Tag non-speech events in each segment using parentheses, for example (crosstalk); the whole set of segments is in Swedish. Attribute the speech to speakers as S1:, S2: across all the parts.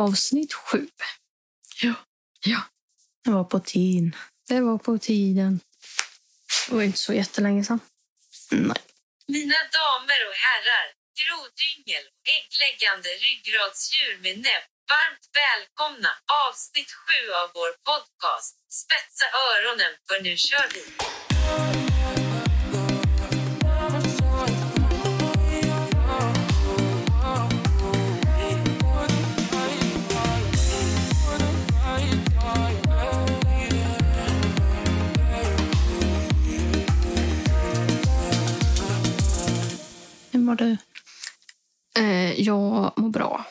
S1: avsnitt sju.
S2: Det var på tiden.
S1: Det var på tiden. Det var inte så jättelänge sedan.
S2: Nej.
S3: Mina damer och herrar, grodyngel och äggläggande ryggradsdjur med näbb. Varmt välkomna! Avsnitt 7 av vår podcast. Spetsa öronen, för nu kör vi!
S2: Hur mår du?
S1: Eh, jag mår bra.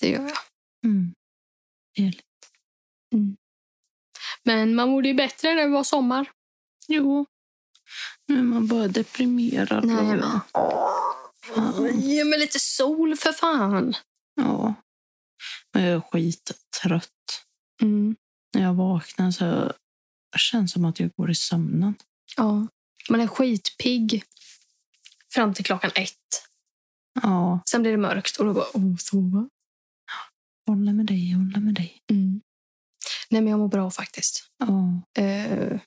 S1: Det gör jag. Mm.
S2: Mm. Härligt.
S1: Men man mådde ju bättre när det var sommar.
S2: Jo. Nu är man bara deprimerad.
S1: Nej,
S2: Lola.
S1: men-
S2: Ja.
S1: Ge mig lite sol för fan.
S2: ja. Men jag är skittrött.
S1: Mm.
S2: När jag vaknar så känns det som att jag går i sömnen.
S1: Ja. Man är skitpigg fram till klockan ett.
S2: Ja.
S1: Sen blir det mörkt och då bara, åh, sova.
S2: Hålla med dig, hålla med dig.
S1: Mm. Nej, men jag mår bra faktiskt.
S2: Ja.
S1: Eh,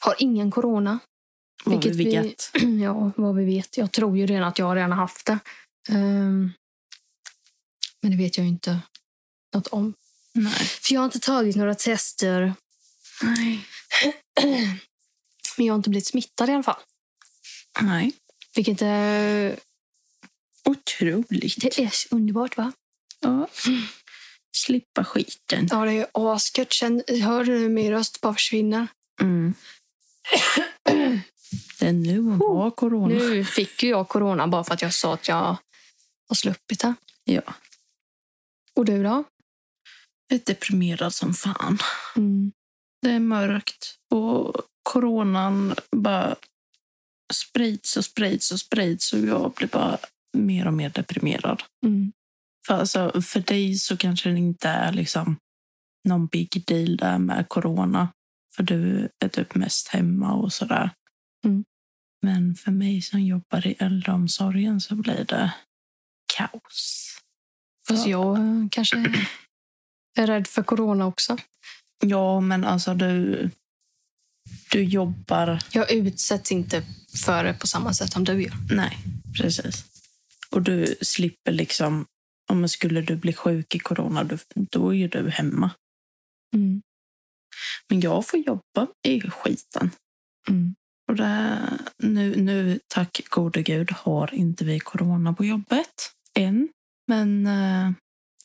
S1: har ingen corona. (clears throat)
S2: Vad
S1: Vilket
S2: vi
S1: vi-
S2: vet.
S1: Ja, vad vi vet. Jag tror ju redan att jag redan har haft det. Ehm, men det vet jag ju inte något om.
S2: Nej.
S1: För jag har inte tagit några tester.
S2: Nej.
S1: Men jag har inte blivit smittad i alla fall.
S2: Nej.
S1: Vilket är,
S2: Otroligt.
S1: det är så underbart va?
S2: Ja. Slippa skiten.
S1: Ja, det är ju asgött. Känn- Hör du hur min röst bara försvinner?
S2: Mm. Det är nu hon har corona.
S1: Nu fick ju jag corona bara för att jag sa att jag har sluppit det.
S2: Ja.
S1: Och du då?
S2: Jag är deprimerad som fan.
S1: Mm.
S2: Det är mörkt och coronan bara sprids och sprids och sprids och jag blir bara mer och mer deprimerad.
S1: Mm.
S2: För, alltså, för dig så kanske det inte är liksom någon big deal där med corona. För du är typ mest hemma och sådär.
S1: Mm.
S2: Men för mig som jobbar i äldreomsorgen så blir det kaos.
S1: Fast
S2: Ja.
S1: jag eh, kanske är rädd för corona också.
S2: Ja, men alltså du, du jobbar
S1: Jag utsätts inte för det på samma sätt som du gör.
S2: Nej, precis. Och du slipper liksom... Om skulle du bli sjuk i corona, då, då är ju du hemma.
S1: Mm,
S2: Men jag får jobba i skiten.
S1: mm.
S2: Och det, nu, nu, tack gode gud, har inte vi corona på jobbet än. Men eh,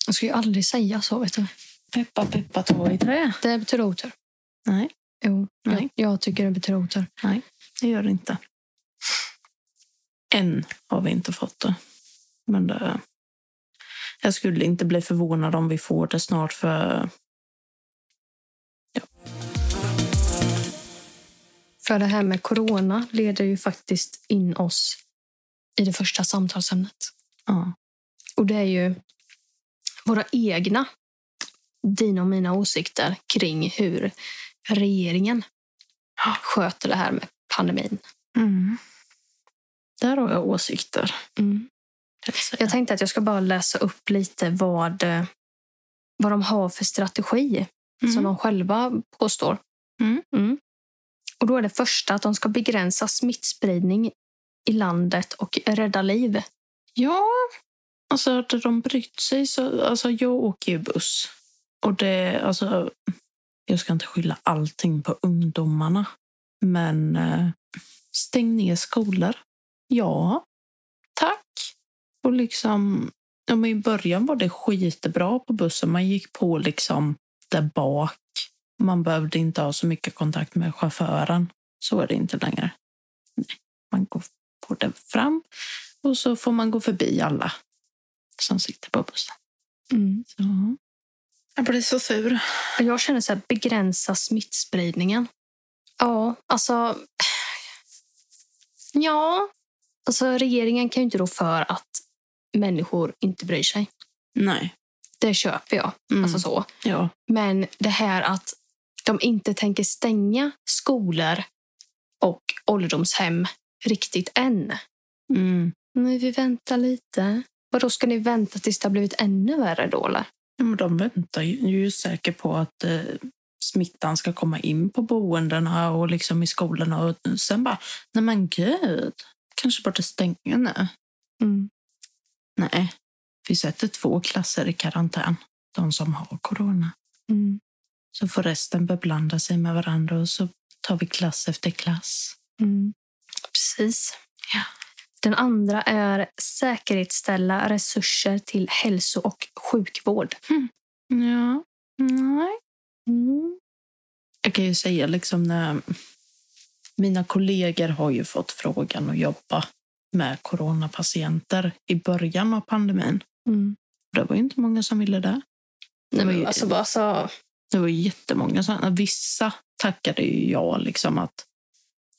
S1: Jag ska ju aldrig säga så. Vet du.
S2: peppa, peppa, ta i trä.
S1: Det betyder otur.
S2: Nej,
S1: Jo,
S2: Nej.
S1: Jag, jag tycker det betyder otur.
S2: det gör det inte. Än har vi inte fått det. Men det, jag skulle inte bli förvånad om vi får det snart för
S1: För det här med corona leder ju faktiskt in oss i det första samtalsämnet.
S2: Ja.
S1: Och det är ju våra egna, dina och mina åsikter kring hur regeringen sköter det här med pandemin. Mm.
S2: Där har jag åsikter.
S1: Jag tänkte att jag ska bara läsa upp lite vad, eh, vad de har för strategi som de själva påstår.
S2: Mm.
S1: Och då är det första att de ska begränsa smittspridning i landet och rädda liv.
S2: Ja, alltså hade de brytt sig så... Alltså jag åker ju buss. Och det, alltså... Jag ska inte skylla allting på ungdomarna. Men eh, stäng ner skolor. Ja, tack. Och liksom... Ja, men I början var det skitbra på bussen. Man gick på liksom där bak. Man behövde inte ha så mycket kontakt med chauffören. Så är det inte längre. Nej, man går på den fram och så får man gå förbi alla som sitter på bussen. Så. Jag blir så sur.
S1: Och Jag känner så här, begränsa smittspridningen. Ja, alltså... (sighs) Ja. Alltså regeringen kan ju inte rå för att människor inte bryr sig.
S2: Nej.
S1: Det köper jag.
S2: Mm.
S1: Alltså så.
S2: ja.
S1: Men det här att de inte tänker stänga skolor och ålderdomshem riktigt än.
S2: Mm.
S1: Nej, vi väntar lite. Vadå, ska ni vänta tills det har blivit ännu värre då? Eller?
S2: Ja, men de väntar ju, ju säkert på att eh, smittan ska komma in på boendena och liksom i skolorna. Och sen bara, nej men gud, kanske borde stänga nu.
S1: Mm.
S2: Nej, vi sätter två klasser i karantän, de som har corona.
S1: Mm.
S2: Så får resten beblanda sig med varandra och så tar vi klass efter klass.
S1: Mm. Precis.
S2: Ja.
S1: Den andra är säkerhetsställa resurser till hälso och sjukvård.
S2: Ja, nej.
S1: Mm.
S2: Jag kan ju säga liksom när mina kollegor har ju fått frågan att jobba med coronapatienter i början av pandemin.
S1: Mm.
S2: Det var ju inte många som ville det.
S1: Nej,
S2: Oj.
S1: men alltså bara så...
S2: Det var ju jättemånga som... Vissa tackade ju jag liksom att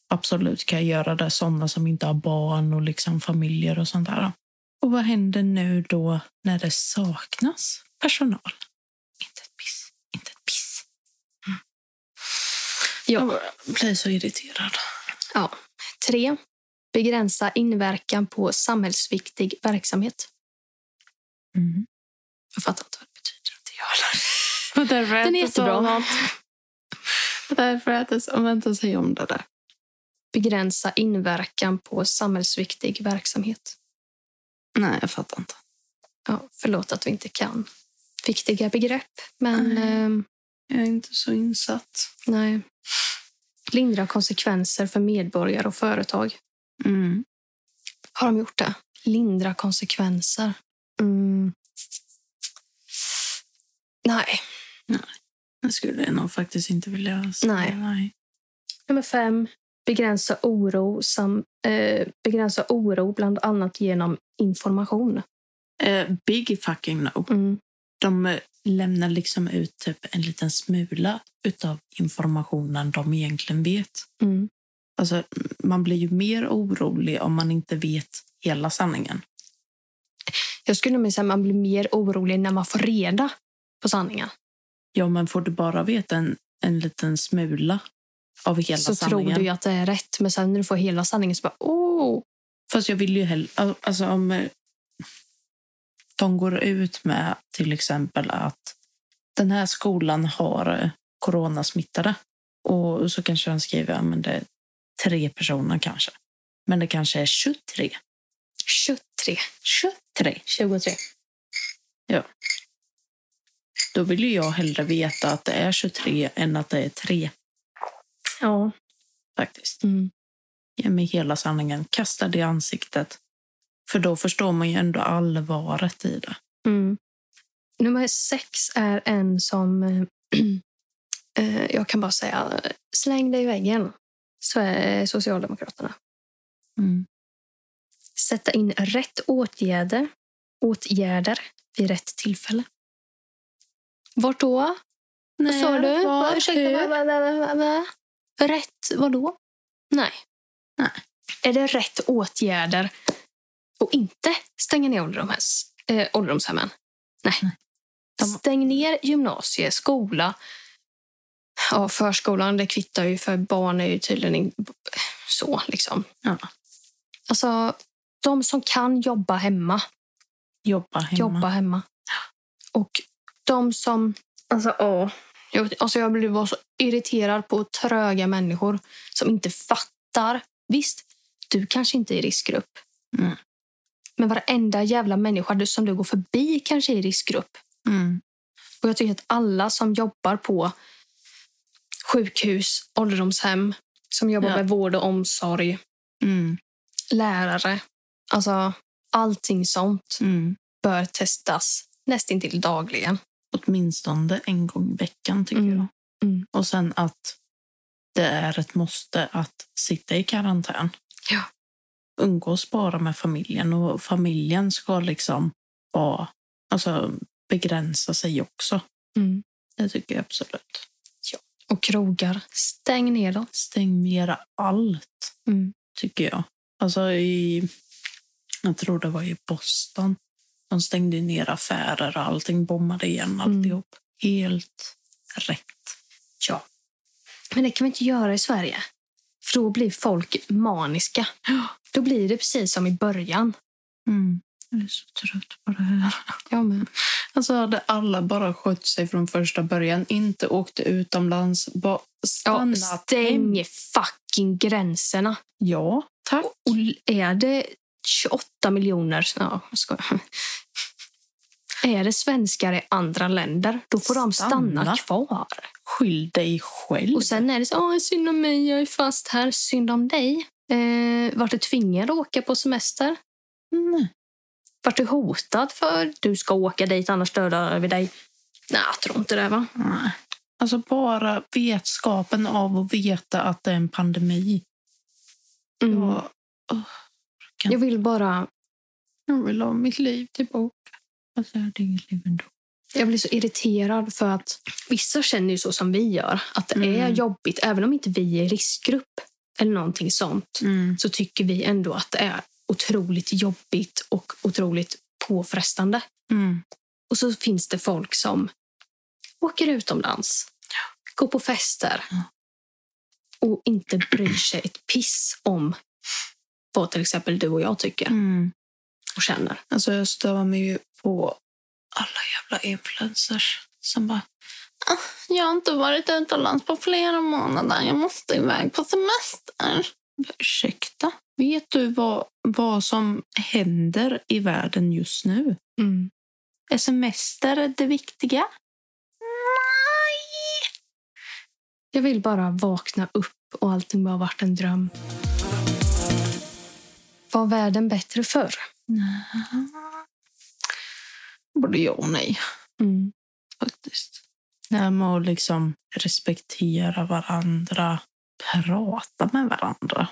S2: absolut kan jag göra det. Sådana som inte har barn och liksom familjer och sånt där. Och vad händer nu då när det saknas personal? Inte ett piss. Inte ett piss. Mm.
S1: Ja.
S2: Jag bara blir så irriterad.
S1: Tre. Begränsa inverkan på samhällsviktig verksamhet.
S2: Mm.
S1: Jag fattar inte vad det betyder. Inte jag heller.
S2: Därför
S1: Den är jättebra.
S2: Därför äter jag vänta sig om det där.
S1: Begränsa inverkan på samhällsviktig verksamhet.
S2: Nej, jag fattar inte.
S1: Ja, förlåt att vi inte kan viktiga begrepp, men
S2: Nej.
S1: ehm,
S2: Jag är inte så insatt.
S1: nej. Lindra konsekvenser för medborgare och företag.
S2: Mm.
S1: Har de gjort det? Lindra konsekvenser. Mm. Nej.
S2: Det skulle jag nog faktiskt inte vilja säga.
S1: Nej. Nummer fem. Begränsa oro, sam, eh, begränsa oro bland annat genom information.
S2: Eh, big fucking no.
S1: Mm.
S2: De eh, lämnar liksom ut typ en liten smula utav informationen de egentligen vet.
S1: Mm.
S2: Alltså, man blir ju mer orolig om man inte vet hela sanningen.
S1: Jag skulle nog säga att man blir mer orolig när man får reda på sanningen.
S2: Ja, men får du bara veta en, en liten smula av hela
S1: så
S2: sanningen.
S1: tror du ju att det är rätt, men sen när du får hela sanningen så bara åh.
S2: Fast jag vill ju hellre... Alltså om eh, de går ut med till exempel att den här skolan har eh, coronasmittade och så kanske de skriver att det är tre personer kanske. Men det kanske är 23.
S1: 23.
S2: 23!
S1: 23.
S2: Då vill ju jag hellre veta att det är 23 än att det är tre
S1: Ja.
S2: faktiskt.
S1: Mm.
S2: Ge mig hela sanningen. Kasta det i ansiktet. För då förstår man ju ändå allvaret i det.
S1: Mm. Nummer sex är en som eh, (clears throat) eh, jag kan bara säga släng dig i väggen. Så är Socialdemokraterna. Sätta in rätt åtgärder, åtgärder vid rätt tillfälle. Vart då? Vad
S2: Nej,
S1: sa du?
S2: var,
S1: Vad- Ursäkta,
S2: hur?
S1: va, va, va, va, va, va? Rätt vadå? Nej.
S2: Nej.
S1: Är det rätt åtgärder och inte stänga ner ålderdoms, eh, ålderdomshemmen? Nej.
S2: De-
S1: Stäng ner gymnasie, skola. Ja, förskolan, det kvittar ju för barn är ju tydligen in- så. liksom.
S2: Ja.
S1: Alltså, de som kan jobba hemma,
S2: Jobba hemma.
S1: jobba hemma. Och de som... Alltså, åh. Jag, vet- alltså, jag blir bara så irriterad på tröga människor som inte fattar. Visst, du kanske inte är i riskgrupp.
S2: Mm.
S1: Men varenda jävla människa du, som du går förbi kanske är i riskgrupp.
S2: Mm.
S1: Och jag tycker att alla som jobbar på sjukhus, ålderdomshem, som jobbar
S2: Ja.
S1: med vård och omsorg,
S2: Mm.
S1: lärare, alltså allting sånt
S2: Mm.
S1: bör testas nästintill dagligen.
S2: Åtminstone en gång i veckan tycker
S1: Mm.
S2: jag.
S1: Mm.
S2: Och sen att det är ett måste att sitta i karantän.
S1: Ja.
S2: Umgås bara med familjen och familjen ska liksom vara, alltså begränsa sig också. Mm. Det tycker jag absolut.
S1: Och krogar, stäng ner dem.
S2: Stäng ner allt.
S1: Mm.
S2: tycker jag. Alltså i, jag tror det var i Boston. De stängde ju ner affärer och allting, bommade igen alltihop. Helt rätt.
S1: Ja. Men det kan vi inte göra i Sverige. För då blir folk maniska. Då
S2: Mm.
S1: blir det precis som i början.
S2: Jag är så trött på det här.
S1: Jag med.
S2: Alltså hade alla bara skött sig från första början, inte åkt utomlands, bara
S1: Ja,
S2: stannat.
S1: stäng fucking gränserna.
S2: Ja, tack.
S1: Och är det 28 miljoner... Ja, jag skojar. Är det svenskar i andra länder, då får de
S2: Stanna.
S1: stanna kvar.
S2: Skyll dig själv.
S1: Och sen är det så, "Åh, synd om mig, jag är fast här, synd om dig. Eh, vart du tvingad att åka på semester?
S2: Nej.
S1: Vart du hotad för? Du ska åka dit, annars dödar vi dig. Nej, jag tror inte det va?
S2: Nej. Alltså bara vetskapen av att veta att det är en pandemi.
S1: Mm.
S2: Jag, åh, kan-
S1: Jag vill bara...
S2: jag vill ha mitt liv tillbaka. Alltså jag hade inget liv ändå.
S1: Jag blir så irriterad för att vissa känner ju så som vi gör. Att det är
S2: Mm.
S1: jobbigt, även om inte vi är i riskgrupp eller någonting sånt.
S2: Mm.
S1: Så tycker vi ändå att det är otroligt jobbigt och otroligt påfrestande.
S2: Mm.
S1: Och så finns det folk som åker utomlands, går på fester
S2: Ja.
S1: och inte bryr sig ett piss om vad till exempel du och jag tycker
S2: Mm.
S1: och känner.
S2: Alltså jag stör mig ju på alla jävla influencers som bara "Ah, jag har inte varit utomlands på flera månader. Jag måste iväg på semester. Ursäkta? Vet du vad, vad som händer i världen just nu? Är semester det viktiga?
S1: Jag vill bara vakna upp och allting bara varit en dröm. Var världen bättre förr?
S2: Både ja och nej, faktiskt. Det här med att liksom respektera varandra, prata med varandra.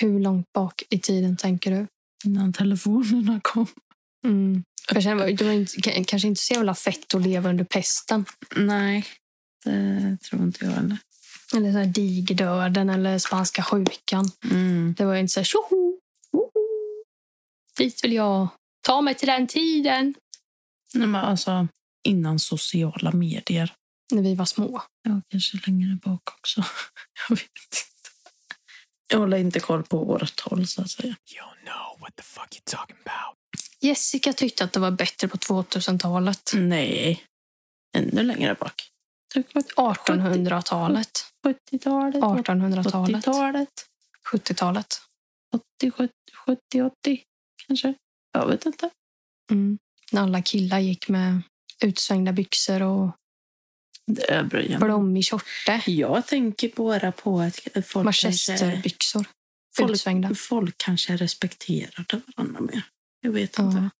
S1: Hur långt bak i tiden tänker du?
S2: Innan telefonerna kom.
S1: Jag känner, det var inte, k- kanske inte så jävla fett att leva under pesten.
S2: Nej, det tror inte jag heller.
S1: Eller så här digdöden eller spanska sjukan. Det var ju inte så här tjoho! woho. Dit vill jag. Ta mig till den tiden.
S2: Nej, men alltså, innan sociala medier.
S1: När vi var små.
S2: Ja, kanske längre bak också. (laughs) Jag vet inte. Jag håller inte koll på årtal, så att säga.
S4: You don't know what the fuck you're talking about.
S1: Jessica tyckte att det var bättre på 2000-talet.
S2: Nej, ännu längre bak. Typ på
S1: 1800-talet.
S2: 70-talet,
S1: 1800-talet.
S2: 80-talet,
S1: 70-talet.
S2: 80, 70, 80 kanske. Jag vet inte.
S1: Mm. När alla killar gick med utsvängda byxor och
S2: Det är bra.
S1: blommig kjorte.
S2: Jag tänker bara på att folk kanske,
S1: Manchesterbyxor.
S2: folk
S1: Utsvängda.
S2: folk kanske respekterade varandra mer. Jag vet
S1: Ja.
S2: inte.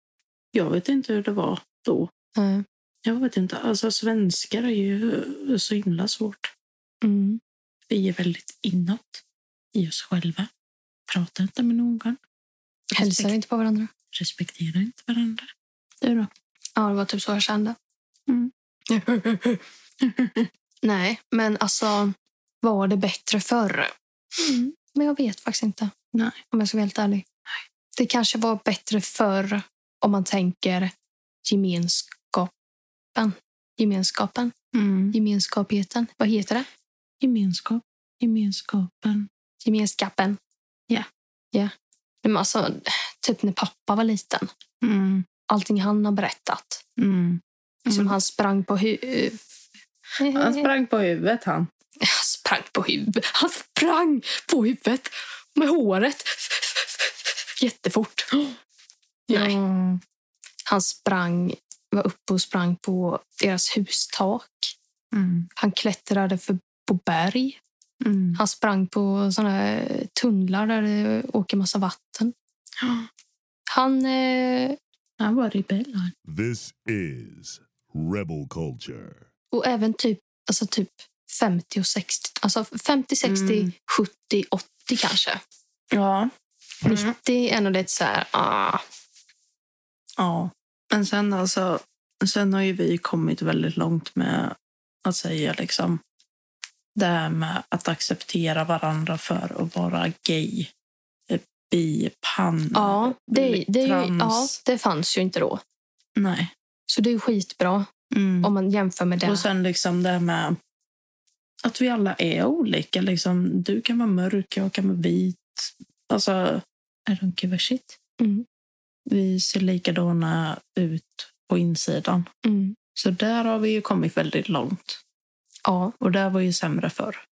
S2: Jag vet inte hur det var då.
S1: Nej.
S2: Jag vet inte. Alltså svenskar är ju så himla svårt.
S1: Mm.
S2: Vi är väldigt inåt i oss själva. Pratar inte med någon.
S1: Hälsar inte på varandra.
S2: Respekterar inte varandra. Du då?
S1: Ja, det var typ så jag kände.
S2: Mm.
S1: (laughs) Nej, men alltså var det bättre förr?
S2: Mm.
S1: Men jag vet faktiskt inte.
S2: Nej.
S1: Om jag ska vara helt ärlig. Det kanske var bättre förr om man tänker gemenskapen. Gemenskapen? Mm. Gemenskapheten? Vad heter det?
S2: Gemenskap. Gemenskapen.
S1: Gemenskapen?
S2: Ja.
S1: Ja. Nej, Men alltså, typ när pappa var liten.
S2: Mm.
S1: Allting han har berättat.
S2: Mm.
S1: Som han sprang på huvudet.
S2: Han sprang på huvudet han.
S1: Han sprang på huvudet. Han sprang på huvudet med håret. Jättefort. Nej.
S2: Ja.
S1: Han sprang, var uppe och sprang på deras hustak.
S2: Mm.
S1: Han klättrade för, på berg.
S2: Mm.
S1: Han sprang på såna här tunnlar där det åker massa vatten.
S2: Ja.
S1: Han... Eh,
S2: Han var rebell han.
S5: This is Rebel Culture.
S1: och även typ, alltså typ 50 och 60. Alltså 50, 60,
S2: Mm.
S1: 70, 80 kanske.
S2: Ja. Mm.
S1: 90 är nog lite så här... Ah,
S2: Ja, men sen alltså, sen har ju vi kommit väldigt långt med att säga liksom det här med att acceptera varandra för att vara gay, eh, bi, pan.
S1: Ja, det, det, är ju, ja,
S2: trans.
S1: det fanns ju inte då.
S2: Nej.
S1: Så det är ju skitbra
S2: Mm.
S1: om man jämför med det.
S2: Och sen liksom det här med att vi alla är olika. Liksom, du kan vara mörk, jag kan vara vit. Alltså, I don't give a shit.
S1: Mm.
S2: Vi ser likadana ut på insidan.
S1: Mm.
S2: Så där har vi ju kommit väldigt långt.
S1: Ja.
S2: Och där var ju sämre förr.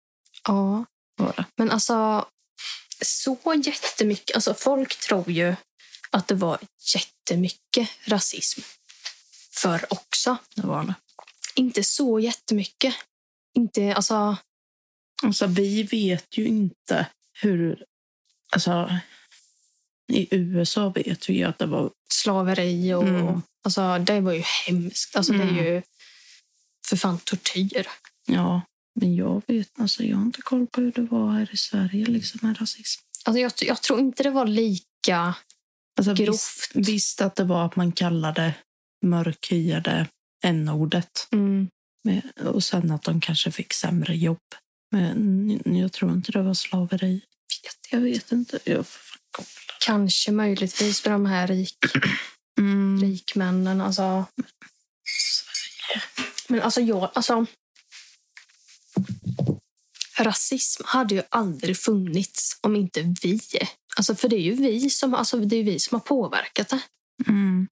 S1: ja.
S2: Var det.
S1: Men alltså, så jättemycket. Alltså, folk tror ju att det var jättemycket rasism förr också.
S2: det var det.
S1: Inte så jättemycket. Inte, alltså,
S2: Alltså, vi vet ju inte hur... Alltså, I USA vet vi ju att det var...
S1: slaveri och...
S2: Mm.
S1: Alltså, det var ju hemskt. Alltså, Det är
S2: Mm.
S1: ju för fan tortyr.
S2: Ja, men jag vet alltså, jag har inte koll på hur det var här i Sverige liksom med rasism.
S1: Alltså, jag, jag tror inte det var lika
S2: Alltså, visst,
S1: grovt.
S2: visst att det var att man kallade mörkhyade n-ordet.
S1: Mm.
S2: Men- Och sen att de kanske fick sämre jobb. Men jag tror inte det var slaveri. Jag vet inte. Jag får fan kolla.
S1: Kanske möjligtvis med de här rik,
S2: Mm.
S1: rikmännen. Alltså. Men alltså jag... Alltså, rasism hade ju aldrig funnits om inte vi... Alltså för det är ju vi som, alltså det är vi som har påverkat det.
S2: Mm.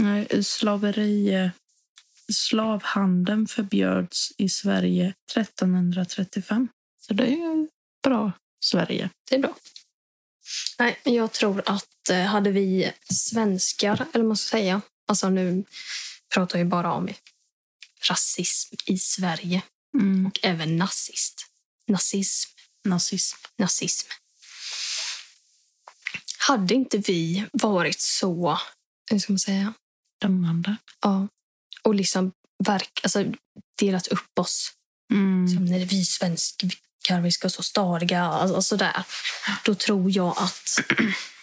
S2: Nej, slaveri... eh, Slavhandeln förbjöds i Sverige 1335. Så det är ju bra Sverige.
S1: Det är bra. Nej, men jag tror att eh, hade vi svenskar, eller vad man ska säga, alltså nu pratar jag ju bara om rasism i Sverige,
S2: Mm.
S1: och även nazist. Nazism,
S2: Nazism.
S1: nazism. Hade inte vi varit så, hur ska man säga,
S2: Dömande.
S1: ja, och liksom verk, alltså delat upp oss
S2: Mm.
S1: Som när vi svenskar vi ska vara så stadiga alltså alltså där. Då tror jag att,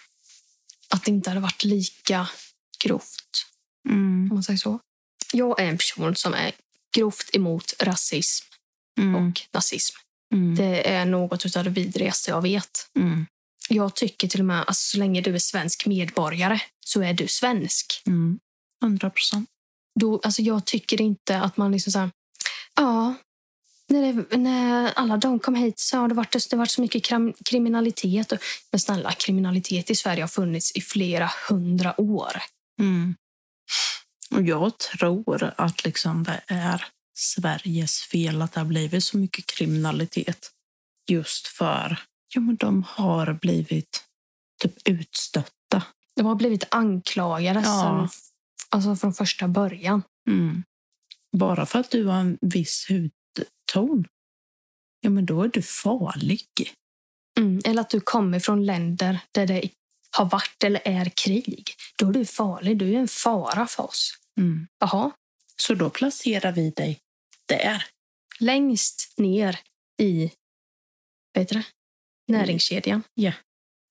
S1: (clears throat) att det inte hade varit lika grovt.
S2: Mm.
S1: Om man säger så. Jag är en person som är grovt emot rasism
S2: Mm.
S1: och nazism.
S2: Mm.
S1: Det är något av det vidrigaste jag vet.
S2: Mm.
S1: Jag tycker till och med att så länge du är svensk medborgare så är du svensk.
S2: Mm. 100 procent.
S1: då, alltså jag tycker inte att man liksom så här, ja, när, det, när alla de kom hit så har det varit, det har varit så mycket kram, kriminalitet. Och, men snälla, kriminalitet i Sverige har funnits i flera hundra år.
S2: Mm. Och jag tror att liksom det är Sveriges fel att det har blivit så mycket kriminalitet. Just för ja, men de har blivit typ utstötta.
S1: De har blivit anklagade
S2: Ja.
S1: som, alltså från första början.
S2: Mm. Bara för att du har en viss hudton, ja, men då är du farlig.
S1: Mm, Eller att du kommer från länder där det har varit eller är krig. Då är du farlig. Du är en fara för oss.
S2: Mm.
S1: Jaha,
S2: Så då placerar vi dig där.
S1: längst ner i vad heter det? näringskedjan.
S2: Mm. Ja.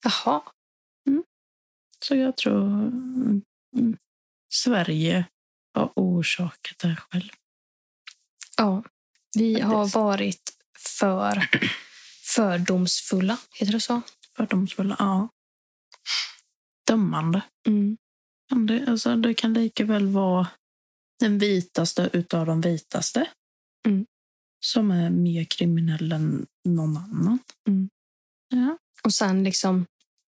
S1: Jaha.
S2: Så jag tror mm, mm, Sverige har orsakat det här själv.
S1: Ja. Vi
S2: det-
S1: har varit för (clears throat) fördomsfulla, heter det så?
S2: Fördomsfulla, ja. Dömande.
S1: Mm.
S2: Men Det, alltså, det kan lika väl vara den vitaste utav de vitaste.
S1: Mm.
S2: Som är mer kriminell än någon annan.
S1: Mm.
S2: Ja.
S1: Och sen liksom,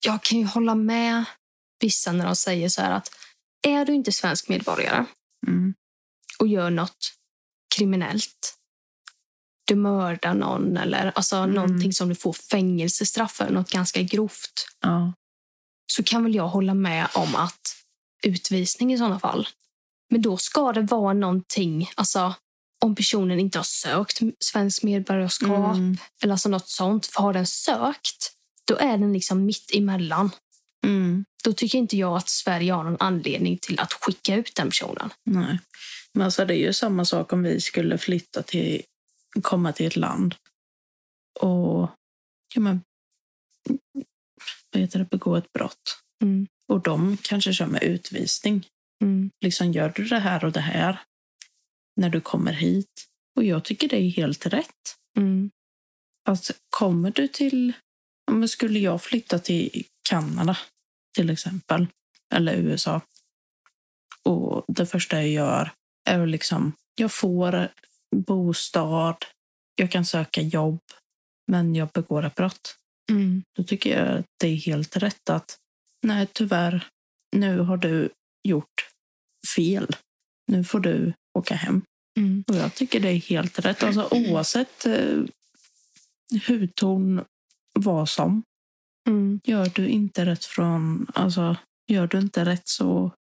S1: jag kan ju hålla med vissa när de säger så här att är du inte svensk medborgare
S2: Mm.
S1: och gör något kriminellt, du mördar någon eller alltså
S2: Mm.
S1: någonting som du får fängelsestraff för, något ganska grovt,
S2: ja.
S1: så kan väl jag hålla med om att utvisning i sådana fall. Men då ska det vara någonting, alltså om personen inte har sökt svensk medborgarskap
S2: Mm.
S1: eller alltså något sånt. För har den sökt, då är den liksom mitt emellan.
S2: Mm.
S1: Då tycker inte jag att Sverige har någon anledning till att skicka ut den personen.
S2: Nej. Men alltså, det är ju samma sak om vi skulle flytta till, komma till ett land och ja, men, vad heter det, begå ett brott.
S1: Mm.
S2: Och de kanske kör med utvisning. liksom gör du det här och det här när du kommer hit. Och jag tycker det är helt rätt.
S1: mm,
S2: Att Alltså, kommer du till, ja, men skulle jag flytta till Kanada till exempel, eller USA. Och det första jag gör är att liksom, jag får bostad, jag kan söka jobb, men jag begår ett brott.
S1: mm,
S2: Då tycker jag att det är helt rätt att nej, tyvärr, nu har du gjort fel. nu får du åka hem.
S1: Mm.
S2: Och jag tycker det är helt rätt. Alltså, oavsett eh, hudton, vad som.
S1: Mm.
S2: Gör du inte rätt från... Alltså, gör du inte rätt så...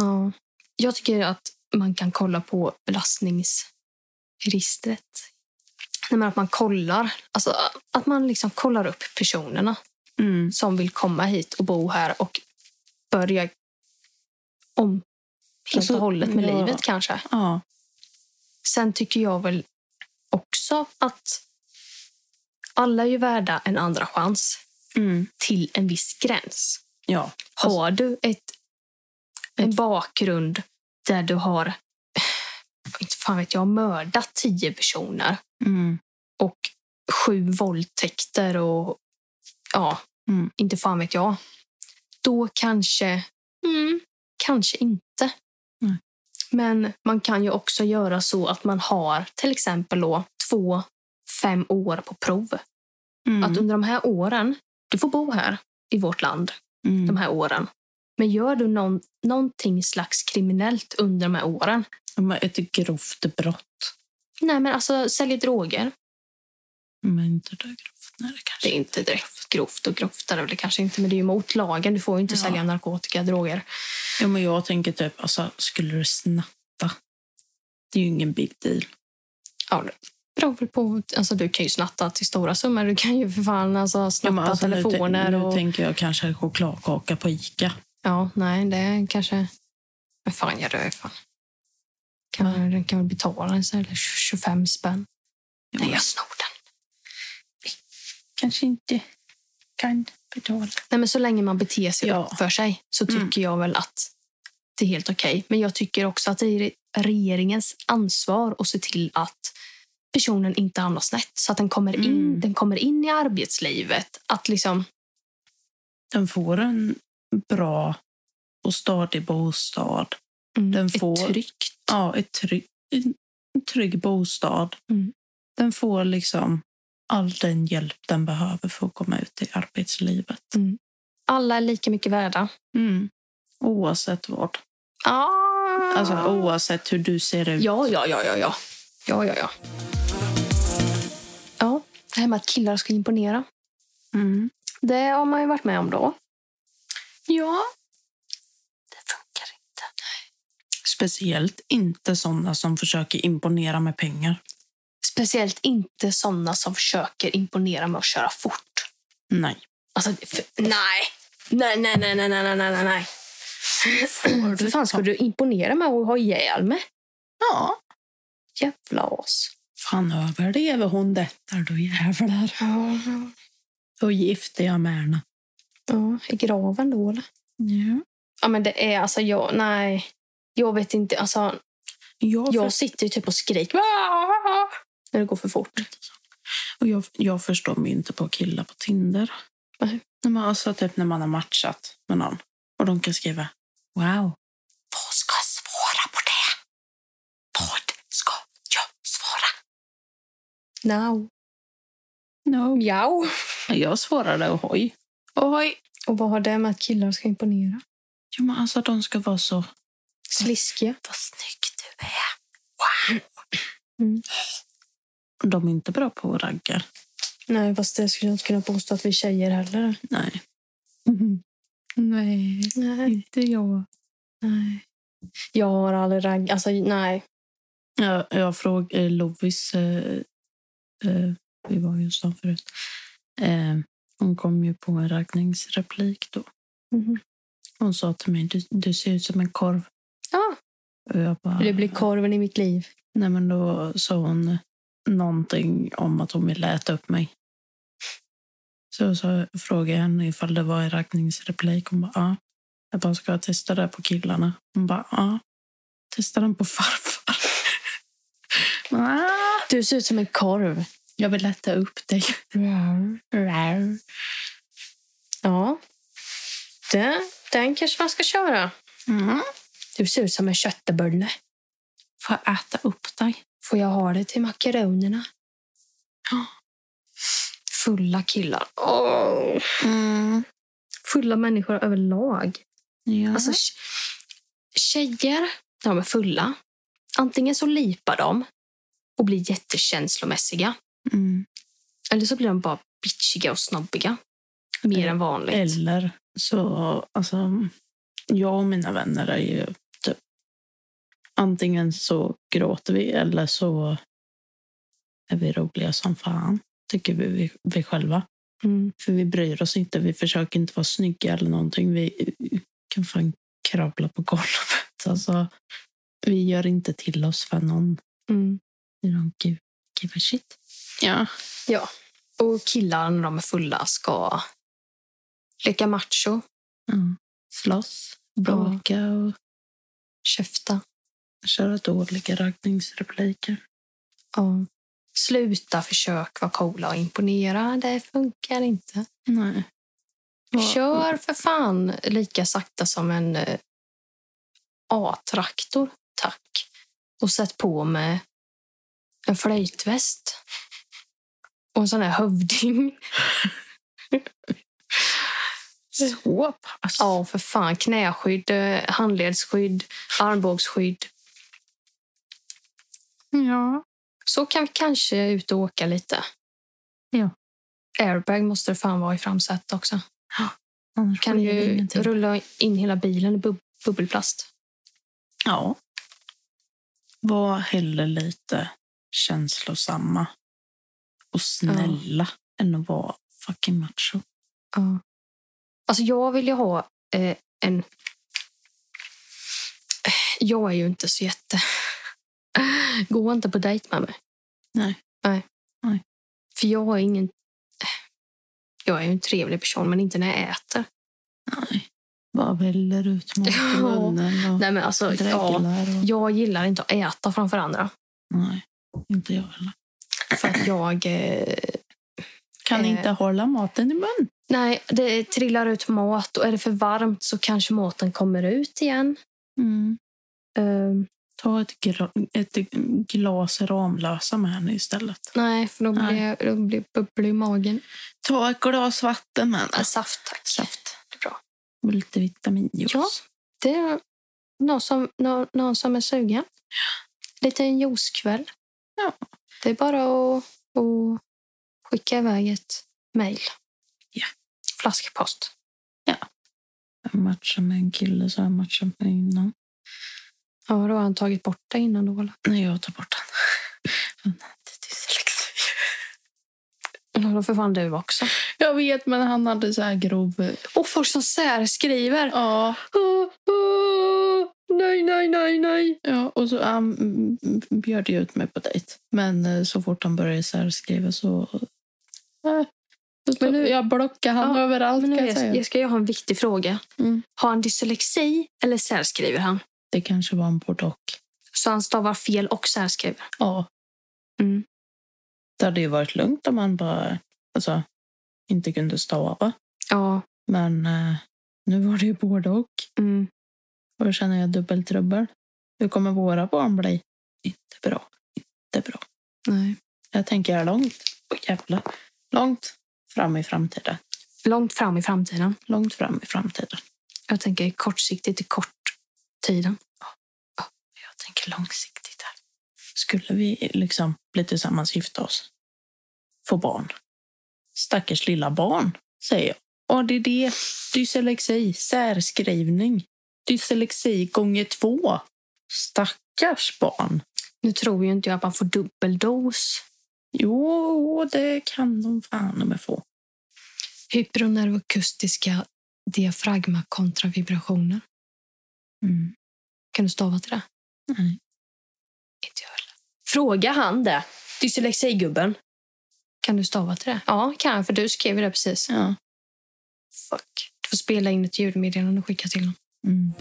S1: Ja. Jag tycker att man kan kolla på belastningsregistret. Nej, men att man kollar. Alltså, att man liksom kollar upp personerna
S2: Mm.
S1: som vill komma hit och bo här och börja om helt
S2: Alltså,
S1: och hållet med
S2: ja.
S1: livet kanske.
S2: Ja.
S1: Sen tycker jag väl också att alla är ju värda en andra chans
S2: Mm.
S1: till en viss gräns.
S2: Ja.
S1: Har
S2: Alltså-
S1: du ett, en bakgrund där du har inte fan vet jag, mördat tio personer
S2: Mm.
S1: och sju våldtäkter och ja,
S2: Mm.
S1: inte fan vet jag. Då kanske, mm, kanske inte.
S2: Nej.
S1: Men man kan ju också göra så att man har till exempel då, två, fem år på prov.
S2: Mm.
S1: Att under de här åren, du får bo här i vårt land
S2: mm.
S1: de här åren. Men gör du någon, någonting slags kriminellt under de här åren?
S2: Men Ett grovt brott.
S1: Nej, men alltså säljer droger.
S2: Men inte det grovt. Nej, det kanske
S1: Det är inte direkt grovt och grovt, eller det kanske inte, men det är ju mot lagen. Du får ju inte
S2: Ja.
S1: sälja narkotika, droger.
S2: Ja, men jag tänker typ, alltså, skulle du snatta? Det är ju ingen big deal.
S1: Ja, det beror väl på. Alltså, du kan ju snatta till stora summor. Du kan ju för fan alltså,
S2: Ja,
S1: snatta
S2: men alltså, nu,
S1: telefoner.
S2: nu
S1: och,
S2: tänker jag kanske en chokladkaka på Ica.
S1: ja, nej, det är kanske... Men fan, jag röjer fan. Kan, Den kan väl betala en sån här 25 spänn.
S2: Ja,
S1: Nej,
S2: men
S1: jag snor den.
S2: kanske inte kan betala.
S1: Nej, men så länge man beter sig
S2: Ja.
S1: för sig så tycker
S2: Mm.
S1: jag väl att det är helt okej. Men jag tycker också att det är regeringens ansvar att se till att personen inte hamnar snett. Så att den kommer in,
S2: Mm.
S1: den kommer in i arbetslivet. Att liksom,
S2: Den får en bra och stadig bostad. Den får-
S1: mm, ett tryggt.
S2: Ja, ett trygg, en en trygg bostad.
S1: Mm.
S2: Den får liksom all den hjälp den behöver för att komma ut i arbetslivet.
S1: Alla är lika mycket värda.
S2: Mm. Oavsett vad.
S1: Ah.
S2: Alltså oavsett hur du ser ut.
S1: Ja, ja, ja, ja, ja. Ja, ja, ja. Ja, det här med att killar ska imponera.
S2: Mm.
S1: Det har man ju varit med om då. Ja. Det funkar inte.
S2: Speciellt inte sådana som försöker imponera med pengar.
S1: Speciellt inte sådana som försöker imponera med att köra fort.
S2: Nej.
S1: Alltså, för, nej. Nej, nej, nej, nej, nej, nej, nej, nej.
S2: Får
S1: För
S2: du
S1: fan ska
S2: ta-
S1: du imponera med att ha ihjäl mig?
S2: Ja.
S1: Jävla as.
S2: Fan överlever hon detta då jävlar.
S1: Ja,
S2: Då gifter jag med henne.
S1: ja. I graven då, eller?
S2: Ja.
S1: Ja, men det är alltså, jag, nej. Jag vet inte, alltså.
S2: Jag,
S1: Jag sitter ju typ och skriker. När det går för fort.
S2: Och jag, jag förstår mig inte på killar på Tinder.
S1: Nej.
S2: När man, alltså typ när man har matchat med någon och de kan skriva Wow.
S1: Vad ska jag svara på det? Vad ska jag svara? Now.
S2: No.
S1: Mjau.
S2: Jag svarade ohoj. Ohoj.
S1: Och vad har det med att killar ska imponera?
S2: Ja, men alltså de ska vara så...
S1: Sliskiga.
S2: Vad snygg du är.
S1: Mm.
S2: De är inte bra på att ragga.
S1: Nej, fast det skulle jag inte kunna påstå att vi tjejer heller.
S2: Nej. Mhm. Nej,
S1: Nej.
S2: inte jag.
S1: nej. Mm. Jag har aldrig ragg... Alltså, nej.
S2: Jag, jag frågade eh, Lovis, eh, eh, vi var ju hos dem förut. Eh, hon kom ju på en raggningsreplik då.
S1: Mhm.
S2: Hon sa till mig, du, du ser ut som en korv.
S1: Ja.
S2: Och jag bara,
S1: Det blir korven i mitt liv.
S2: Nej, men då sa hon någonting om att hon ville äta upp mig. Så, så frågade jag henne ifall det var en raggningsreplik. Hon bara, ja. Jag bara, ska jag testa det på killarna? Hon bara, ja. Testa den på farfar. (laughs) Ah,
S1: Du ser ut som en korv.
S2: jag vill äta upp dig. Rar.
S1: Ja. Det, den kanske man ska köra.
S2: Mm.
S1: Du ser ut som en köttebulle.
S2: Får jag äta upp dig?
S1: Får jag ha det till makaronerna?
S2: Ja.
S1: Fulla killar. Åh. Fulla människor överlag.
S2: Mm. Ja.
S1: Alltså, tj- Alltså, tjejer när de är fulla. Antingen så lipar de och blir jättekänslomässiga.
S2: Mm.
S1: Eller så blir de bara bitchiga och snobbiga. Mer än vanligt.
S2: Eller så, alltså, jag och mina vänner är ju typ, antingen så gråter vi eller så är vi roliga som fan, tycker vi, vi, vi själva.
S1: Mm.
S2: För vi bryr oss inte, vi försöker inte vara snygga eller någonting. Vi kan fan kravla på golvet. Alltså, vi gör inte till oss för någon.
S1: Mm.
S2: We don't give, give a shit. Ja.
S1: Och killar när de är fulla ska leka macho,
S2: ja. Slåss, bråka och
S1: käfta,
S2: köra dåliga raggningsrepliker.
S1: ja. sluta försök vara coola och imponera. Det funkar inte.
S2: Nej.
S1: Kör för fan lika sakta som en eh, A-traktor, tack. Och sätt på med en flöjtväst. Och en sån här hövding.
S2: (laughs) Så pass.
S1: Ja, för fan. Knäskydd, eh, handledsskydd, armbågsskydd.
S2: Ja.
S1: Så kan vi kanske ut och åka lite.
S2: Ja.
S1: Airbag måste det fan vara i framsätet också.
S2: Annars
S1: Kan
S2: blir det
S1: ju
S2: ingenting.
S1: rulla in hela bilen i bub- bubbelplast.
S2: Ja. Var heller lite känslosamma och snälla än att vara fucking macho.
S1: Ja. Alltså jag vill ju ha eh, en... Jag är ju inte så jätte... Gå inte på dejt med mig.
S2: Nej.
S1: Nej.
S2: Nej.
S1: För jag är ingen... Jag är ju en trevlig person, men inte när jag äter.
S2: Nej. Bara väller ut mat i
S1: Ja.
S2: munnen och
S1: Nej, men alltså, ja,
S2: dreglar. Och...
S1: jag gillar inte att äta framför andra.
S2: Nej, inte jag heller.
S1: För att jag... Eh,
S2: Kan
S1: Eh.
S2: inte hålla maten i mun.
S1: nej, det trillar ut mat och är det för varmt så kanske maten kommer ut igen. Mm. Ehm,
S2: Ta ett, gra- ett glas Ramlösa med henne istället.
S1: nej, för då blir,
S2: Nej.
S1: Jag, då blir jag bubblig i magen.
S2: Ta ett glas vatten med
S1: Ja,
S2: henne.
S1: saft, tack.
S2: Saft.
S1: Bra.
S2: Och lite vitaminjuice.
S1: Ja. Det är någon som, någon, någon som är sugen. Lite en juicekväll.
S2: Ja.
S1: Det är bara att, att skicka iväg ett mejl.
S2: Ja.
S1: Flaskpost.
S2: Jag matchar med en kille så har jag matchat med innan.
S1: Ja, då har han tagit bort det innan då. eller?
S2: Nej, jag tar bort den. Fan, (laughs) han hade dyslexi.
S1: Ja, då för fan du också.
S2: Jag vet, men han hade så här grov...
S1: Och folk som särskriver.
S2: Ja,
S1: Ah, ah, nej, nej, nej, nej.
S2: ja och så han mm, bjöd ju ut mig på dejt. Men eh, så fort han började särskriva så... Äh.
S1: Men
S2: Men
S1: nu-
S2: nu, jag blockar han
S1: Ja,
S2: överallt
S1: Men nu
S2: kan jag
S1: jag,
S2: säga.
S1: jag ska jag ha en viktig fråga.
S2: Mm.
S1: Har han dyslexi eller särskriver han?
S2: Det kanske var en både och.
S1: Så han stavar fel och särskriver?
S2: Ja.
S1: Mm.
S2: Det hade ju varit lugnt om han bara alltså, inte kunde stava.
S1: Ja.
S2: Men eh, nu var det ju både och.
S1: Mm.
S2: Och då känner jag dubbelt trubbel. Hur kommer våra barn bli? Inte bra. Inte bra.
S1: Nej.
S2: Jag tänker jag långt. Åh, jävlar. Långt fram i framtiden.
S1: Långt fram i framtiden.
S2: Långt fram i framtiden.
S1: Jag tänker kortsiktigt i korttiden.
S2: Jag tänker långsiktigt här. Skulle vi liksom bli tillsammans, gifta oss, få barn? Stackars lilla barn, säger jag. ADD, dyslexi, särskrivning. Dyslexi gånger två. Stackars barn.
S1: Nu tror ju inte jag att man får dubbeldos.
S2: Jo, det kan de fan med få.
S1: Hyponervokustiska diafragmakontravibrationer.
S2: Mm.
S1: Kan du stava till det?
S2: Nej.
S1: Inte jag heller. Fråga han det. Dyslexigubben. Kan du stava till det? Ja, kan jag, för du skrev ju det precis.
S2: Ja.
S1: Fuck. Du får spela in ett ljudmeddelande och skicka till honom.
S2: Mm.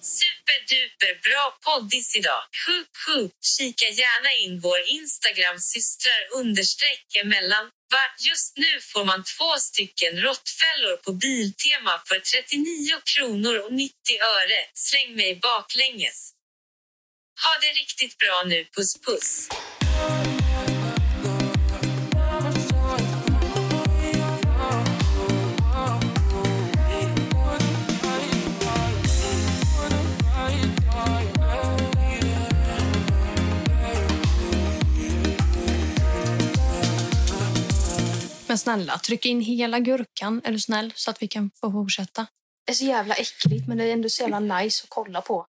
S3: Superduper bra poddis idag. Sjup, sjup. Kika gärna in vår Instagram systrar understreck emellan. Va? Just nu får man två stycken råttfällor på Biltema för 39 kronor och 90 öre. Släng mig baklänges. Ha det riktigt bra nu. Puss puss.
S1: Men snälla, tryck in hela gurkan. Är du snäll? Så att vi kan få fortsätta. Det är så jävla äckligt, men det är ändå så jävla nice att kolla på.